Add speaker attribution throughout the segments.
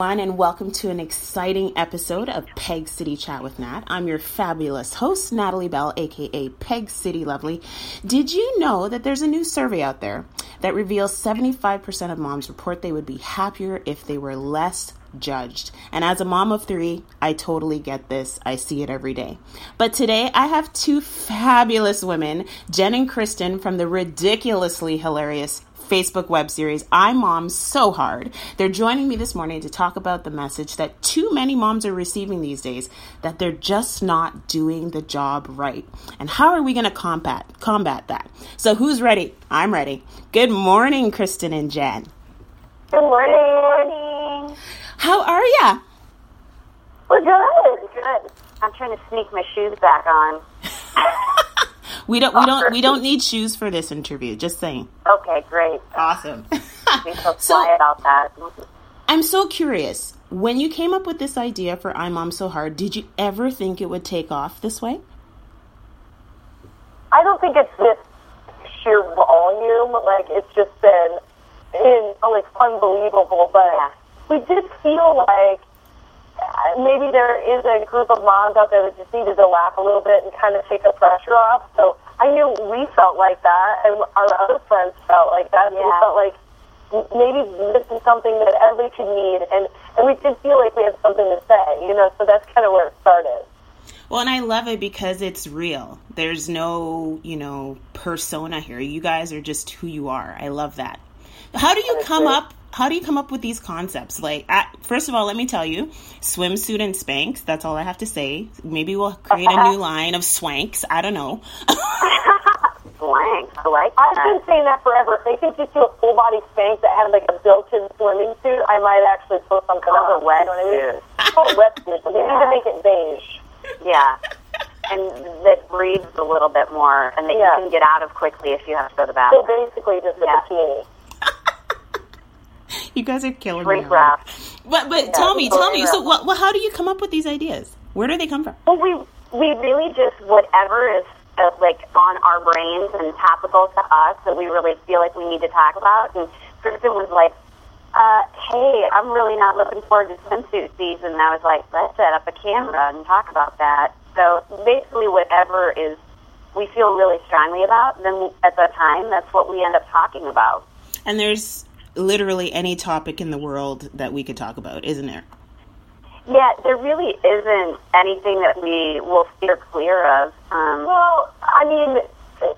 Speaker 1: and welcome to an exciting episode of Peg City Chat with Nat. I'm your fabulous host, Natalie Bell, aka Peg City Lovely. Did you know that there's a new survey out there that reveals 75% of moms report they would be happier if they were less judged? And as a mom of three, I totally get this. I see it every day. But today I have two fabulous women, Jen and Kristen from the ridiculously hilarious Facebook web series, I Mom So Hard. They're joining me this morning to talk about the message that too many moms are receiving these days that they're just not doing the job right. And how are we going to combat combat that? So who's ready? I'm ready. Good morning, Kristen and Jen.
Speaker 2: Good morning. morning.
Speaker 1: How are ya?
Speaker 2: We're good. Good. I'm trying to sneak my shoes back on.
Speaker 1: We don't we don't we don't need shoes for this interview, just saying.
Speaker 2: Okay, great.
Speaker 1: Awesome.
Speaker 2: Be so quiet about that.
Speaker 1: I'm so curious. When you came up with this idea for I Mom So Hard, did you ever think it would take off this way?
Speaker 2: I don't think it's this sheer volume. Like it's just been in like unbelievable. But we did feel like uh, maybe there is a group of moms out there that just needed to laugh a little bit and kind of take the pressure off. So I knew we felt like that, and our other friends felt like that. Yeah. We felt like m- maybe this is something that everybody could need, and and we did feel like we had something to say, you know. So that's kind of where it started.
Speaker 1: Well, and I love it because it's real. There's no, you know, persona here. You guys are just who you are. I love that. How do you come up how do you come up with these concepts? Like, I, first of all, let me tell you, swimsuit and Spanx. That's all I have to say. Maybe we'll create a new line of swanks. I don't know.
Speaker 2: Blank. I like that. I've been saying that forever. If they could just do a full body spank that had like a built-in swimming suit, I might actually put something on. A wet suit. A wet suit. They need to make it beige.
Speaker 3: Yeah. And that breathes a little bit more and that
Speaker 2: Yeah.
Speaker 3: you can get out of quickly if you have to go to the
Speaker 2: So
Speaker 3: bathroom.
Speaker 2: basically, just a
Speaker 3: Yeah.
Speaker 2: bikini.
Speaker 1: you guys are killing me.
Speaker 3: Great
Speaker 1: on
Speaker 3: breath.
Speaker 1: that. But but tell me,
Speaker 2: it's
Speaker 1: tell me.
Speaker 2: real.
Speaker 1: So, well, well, how do you come up with these ideas? Where do they come from?
Speaker 3: Well, we we really just whatever is uh, like on our brains and topical to us that we really feel like we need to talk about. And Kristen was like, uh, "Hey, I'm really not looking forward to swimsuit season." And I was like, "Let's set up a camera and talk about that." So basically, whatever is we feel really strongly about, then at the time, that's what we end up talking about.
Speaker 1: And there's literally any topic in the world that we could talk about, isn't there?
Speaker 3: Yeah, there really isn't anything that we will steer clear of. Um,
Speaker 2: Well, I mean,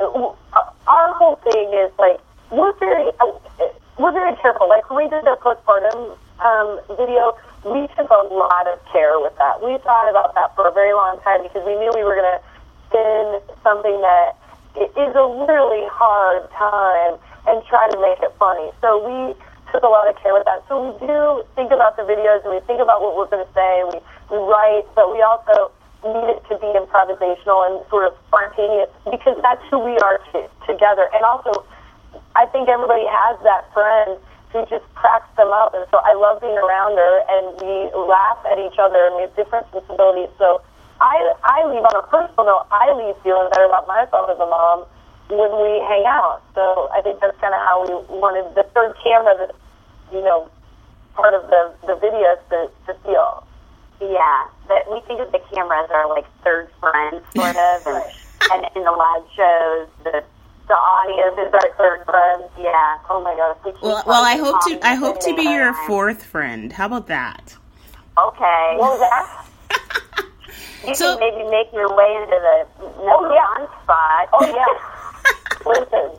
Speaker 2: uh, our whole thing is like we're very uh, we're very careful. Like when we did the postpartum um, video, we took a lot of care with that. We thought about that for a very long time because we knew we were going to spin something that i- is a really hard time and try to make it funny. So we took a lot of care with that. So we do think about the videos and we think about what we're going to say. We we write, but we also need it to be improvisational and sort of spontaneous because that's who we are t- together. And also, I think everybody has that friend who just cracks them up. And so I love being around her, and we laugh at each other, and we have different sensibilities. So I, I leave on a personal note, I leave feeling better about myself as a mom when we hang out. So I think that's kind of how we wanted the third camera, that, you know, part of the, the videos to, to feel.
Speaker 3: Yeah, that we think of the camera as our like third friend, sort of, and, and in the live shows, the the audience is our third friend. Yeah.
Speaker 2: Oh my God. if we keep
Speaker 1: Well, well, I
Speaker 2: talking
Speaker 1: hope to.
Speaker 2: about
Speaker 1: I hope to be
Speaker 2: everything,
Speaker 1: your fourth friend. How about that?
Speaker 3: Okay.
Speaker 2: What was that?
Speaker 3: you
Speaker 1: so-
Speaker 3: can maybe make your way into the no
Speaker 2: Oh, yeah.
Speaker 3: on spot.
Speaker 2: Oh yeah. Listen,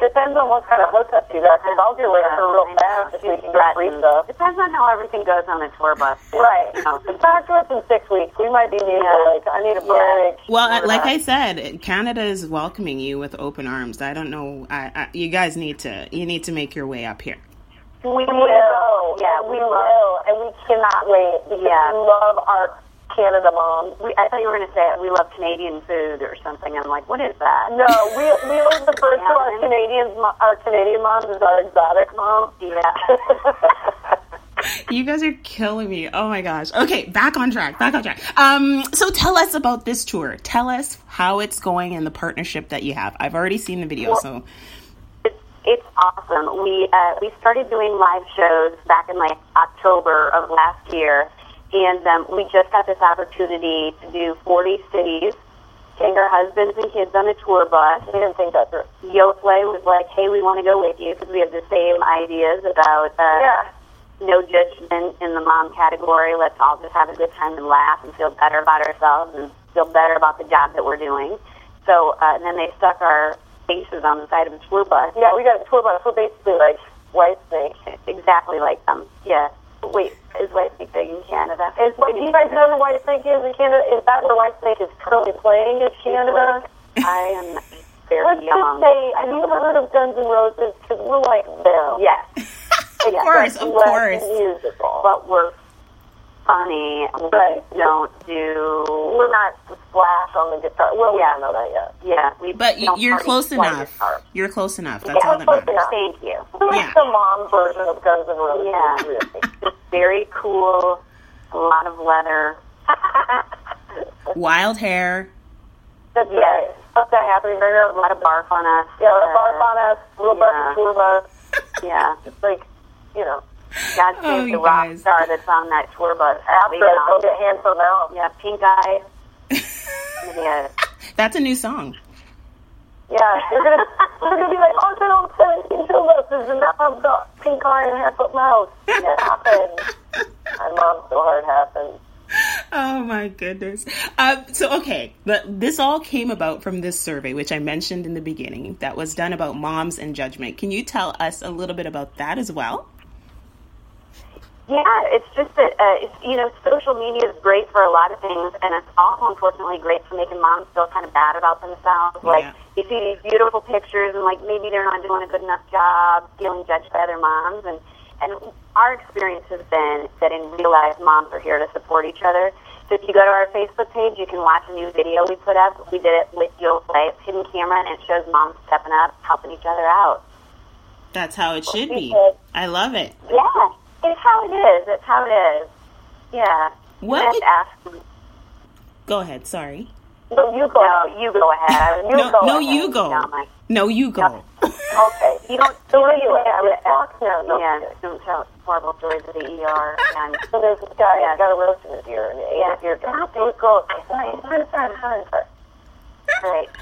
Speaker 2: depends on what kind of hookup you got. Cause I'll get rid of her real fast if we can get free stuff.
Speaker 3: Depends on how everything goes on the tour bus.
Speaker 2: Right.
Speaker 3: You know,
Speaker 2: In fact, to us in six weeks. We might be needing like I need a break.
Speaker 1: Well, I- like I said, Canada is welcoming you with open arms. I don't know. I, I you guys need to. You need to make your way up here.
Speaker 2: We will. Yeah, we will, and we cannot wait. because
Speaker 3: Yeah.
Speaker 2: we love our Canada moms.
Speaker 3: um, we, I thought you were going to say we love Canadian food or something. I'm like, what is that?
Speaker 2: No, we we always refer to our Canadians, mo- our Canadian moms as our exotic moms. Yeah.
Speaker 1: You guys are killing me. Oh my gosh. Okay, back on track. Back on track. Um, so tell us about this tour. Tell us how it's going and the partnership that you have. I've already seen the video, so
Speaker 3: it's It's awesome. We uh, we started doing live shows back in like October of last year, and um, we just got this opportunity to do 40 cities, take our husbands and kids on a tour bus.
Speaker 2: We didn't think that through.
Speaker 3: Yoplait was like, "Hey, we want to go with you because we have the same ideas about uh,
Speaker 2: Yeah.
Speaker 3: no judgment in the mom category. Let's all just have a good time and laugh and feel better about ourselves and feel better about the job that we're doing. So uh, and then they stuck our faces on the side of a tour bus.
Speaker 2: Yeah, we got a tour bus. We're basically like White Snake.
Speaker 3: Exactly like them. Yeah. Wait, is White Big Big in Canada?
Speaker 2: Is, do you guys know who White Snake is in Canada? Is that where White Snake is currently playing in Canada?
Speaker 3: I am very
Speaker 2: Let's just
Speaker 3: young.
Speaker 2: say, have you ever heard of Guns N' Roses? Because we're like them.
Speaker 3: yes,
Speaker 1: Of course, of
Speaker 2: Less
Speaker 1: course.
Speaker 2: Musical.
Speaker 3: but we're funny.
Speaker 2: Right.
Speaker 3: We don't do.
Speaker 2: we're not splash on the guitar. Well, yeah, we don't know that yet.
Speaker 3: Yeah, we.
Speaker 1: But you,
Speaker 3: don't
Speaker 1: you're
Speaker 3: party
Speaker 1: close
Speaker 3: quite
Speaker 1: enough.
Speaker 3: as hard.
Speaker 1: You're close enough. That's
Speaker 2: Yeah,
Speaker 1: all that
Speaker 2: close
Speaker 1: matters.
Speaker 2: enough.
Speaker 3: Thank you.
Speaker 2: We're
Speaker 1: Yeah.
Speaker 2: like the mom version of Guns N' Roses.
Speaker 3: Yeah.
Speaker 2: Really.
Speaker 3: Just very cool. A lot of leather.
Speaker 1: Wild hair.
Speaker 2: That's right.
Speaker 3: Up that happy burger, a lot of barf on us.
Speaker 2: Yeah,
Speaker 3: Uh,
Speaker 2: the barf on us, little
Speaker 3: yeah.
Speaker 2: bus, tour bus.
Speaker 3: Yeah.
Speaker 2: It's like, you know,
Speaker 3: God
Speaker 1: Oh,
Speaker 3: save
Speaker 1: you
Speaker 3: the rock
Speaker 1: guys.
Speaker 3: star that's on that tour bus.
Speaker 2: after
Speaker 3: Yeah.
Speaker 2: yeah. don't get hands from out.
Speaker 3: Yeah, pink eye. Yeah.
Speaker 1: That's a new song.
Speaker 2: Yeah, they're gonna they're gonna be like, oh, good old seventeen tour buses, and now I've got pink eye and half foot mouth. And it happened. My mom so hard happened.
Speaker 1: Oh my goodness. Uh, so, okay, but this all came about from this survey, which I mentioned in the beginning, that was done about moms and judgment. Can you tell us a little bit about that as well?
Speaker 3: Yeah, it's just that uh, it's, you know social media is great for a lot of things, and it's also unfortunately great for making moms feel kind of bad about themselves. Like
Speaker 1: Yeah.
Speaker 3: you see these beautiful pictures, and like maybe they're not doing a good enough job, feeling judged by other moms. And and our experience has been that in real life, moms are here to support each other. So if you go to our Facebook page, you can watch a new video we put up. We did it with You'll Play, it's hidden camera, and it shows moms stepping up, helping each other out.
Speaker 1: That's how it should be. I love it.
Speaker 3: Yeah, it's how it is. It's how it is. Yeah.
Speaker 1: What
Speaker 3: Just
Speaker 1: would-
Speaker 3: ask
Speaker 1: Go ahead, sorry.
Speaker 2: No, you go.
Speaker 3: No, you go ahead. You
Speaker 1: No,
Speaker 3: go
Speaker 1: no,
Speaker 3: ahead.
Speaker 1: you go.
Speaker 3: No, my-
Speaker 1: No, you go.
Speaker 2: Okay.
Speaker 3: You don't.
Speaker 2: So what are you at?
Speaker 3: Yeah,
Speaker 2: With Fox? No, no.
Speaker 3: yeah, don't tell horrible stories of the ER. And
Speaker 2: So there's this guy
Speaker 3: Yeah.
Speaker 2: that got a roast in his ear and ate
Speaker 3: Yeah.
Speaker 2: his ear. God, they go. I thought, I'm sorry, I'm sorry.
Speaker 3: right.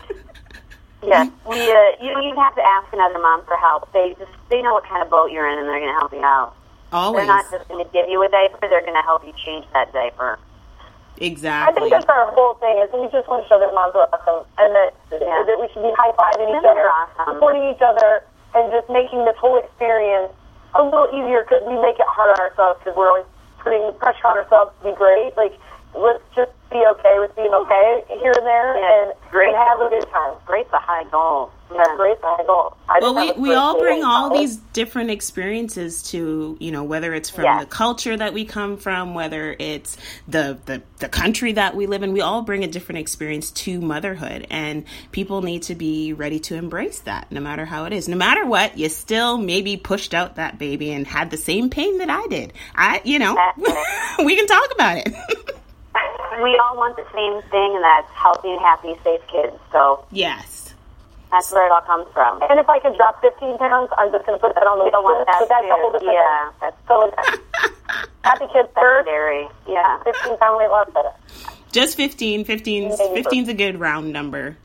Speaker 3: Yeah, we, uh, you don't even have to ask another mom for help. They just they know what kind of boat you're in, and they're going to help you out.
Speaker 1: Always.
Speaker 3: They're not just going to give you a diaper; they're going to help you change that diaper.
Speaker 2: I
Speaker 1: Exactly.
Speaker 2: think that's our whole thing is we just want to show that moms are awesome and that
Speaker 3: Yeah.
Speaker 2: that we should be high fiving each
Speaker 3: Women
Speaker 2: other,
Speaker 3: are awesome.
Speaker 2: supporting each other, and just making this whole experience a little easier because we make it hard on ourselves because we're always putting pressure on ourselves to be great. Like let's just be okay with being okay here and there
Speaker 3: Yeah.
Speaker 2: and,
Speaker 3: Great.
Speaker 2: and have a good time.
Speaker 3: Great's a high goal.
Speaker 2: That's great. I don't. I
Speaker 1: Well,
Speaker 2: just
Speaker 1: we, we
Speaker 2: have a great
Speaker 1: all
Speaker 2: day
Speaker 1: bring
Speaker 2: and
Speaker 1: all
Speaker 2: all.
Speaker 1: these different experiences to, you know, whether it's from
Speaker 3: Yeah.
Speaker 1: the culture that we come from, whether it's the, the, the country that we live in, we all bring a different experience to motherhood. And people need to be ready to embrace that no matter how it is. No matter what, you still maybe pushed out that baby and had the same pain that I did. I, you know,
Speaker 3: That's
Speaker 1: we can talk about it.
Speaker 3: We all want the same thing, and that's healthy and happy, safe kids. So
Speaker 1: yes.
Speaker 3: that's where it all comes from.
Speaker 2: And if I could drop 15 pounds, I'm just going to put that on the
Speaker 3: don't want that
Speaker 2: But that's a whole
Speaker 3: too.
Speaker 2: different
Speaker 3: Yeah, that's
Speaker 2: So happy kids first,
Speaker 3: very yeah.
Speaker 2: 15 pound weight loss better.
Speaker 1: Just 15. 15's, 15's a good round number.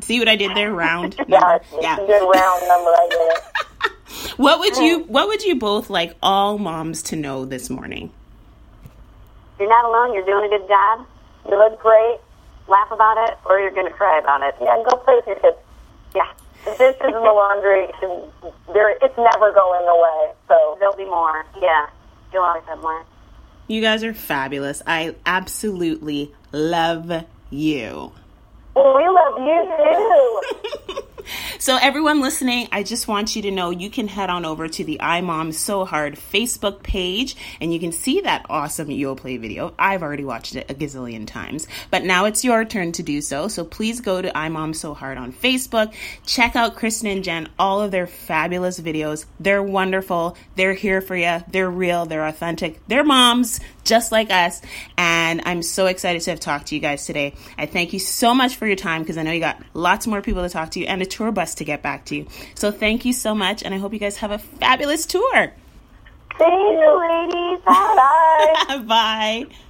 Speaker 1: See what I did there? Round.
Speaker 2: Yeah,
Speaker 1: number.
Speaker 2: it's a good round number. I get it.
Speaker 1: What would you what would you both like all moms to know this morning?
Speaker 3: You're not alone. You're doing a good job.
Speaker 2: You look great.
Speaker 3: Laugh about it, or you're going to cry about it.
Speaker 2: Yeah, and go play with your kids.
Speaker 3: Yeah,
Speaker 2: The dishes and the laundry, can- there it's never going away. So
Speaker 3: there'll be more. Yeah, you'll always have more.
Speaker 1: You guys are fabulous. I absolutely love you.
Speaker 2: well, we love you too.
Speaker 1: So everyone listening, I just want you to know you can head on over to the iMom So Hard Facebook page and you can see that awesome Yo Play video. I've already watched it a gazillion times, but now it's your turn to do so. So please go to iMom So Hard on Facebook. Check out Kristen and Jen, all of their fabulous videos. They're wonderful. They're here for you. They're real. They're authentic. They're moms. just like us. And I'm so excited to have talked to you guys today. I thank you so much for your time because I know you got lots more people to talk to you and a tour bus to get back to you. So thank you so much. And I hope you guys have a fabulous tour.
Speaker 2: Thank you, ladies. Bye.
Speaker 1: Bye.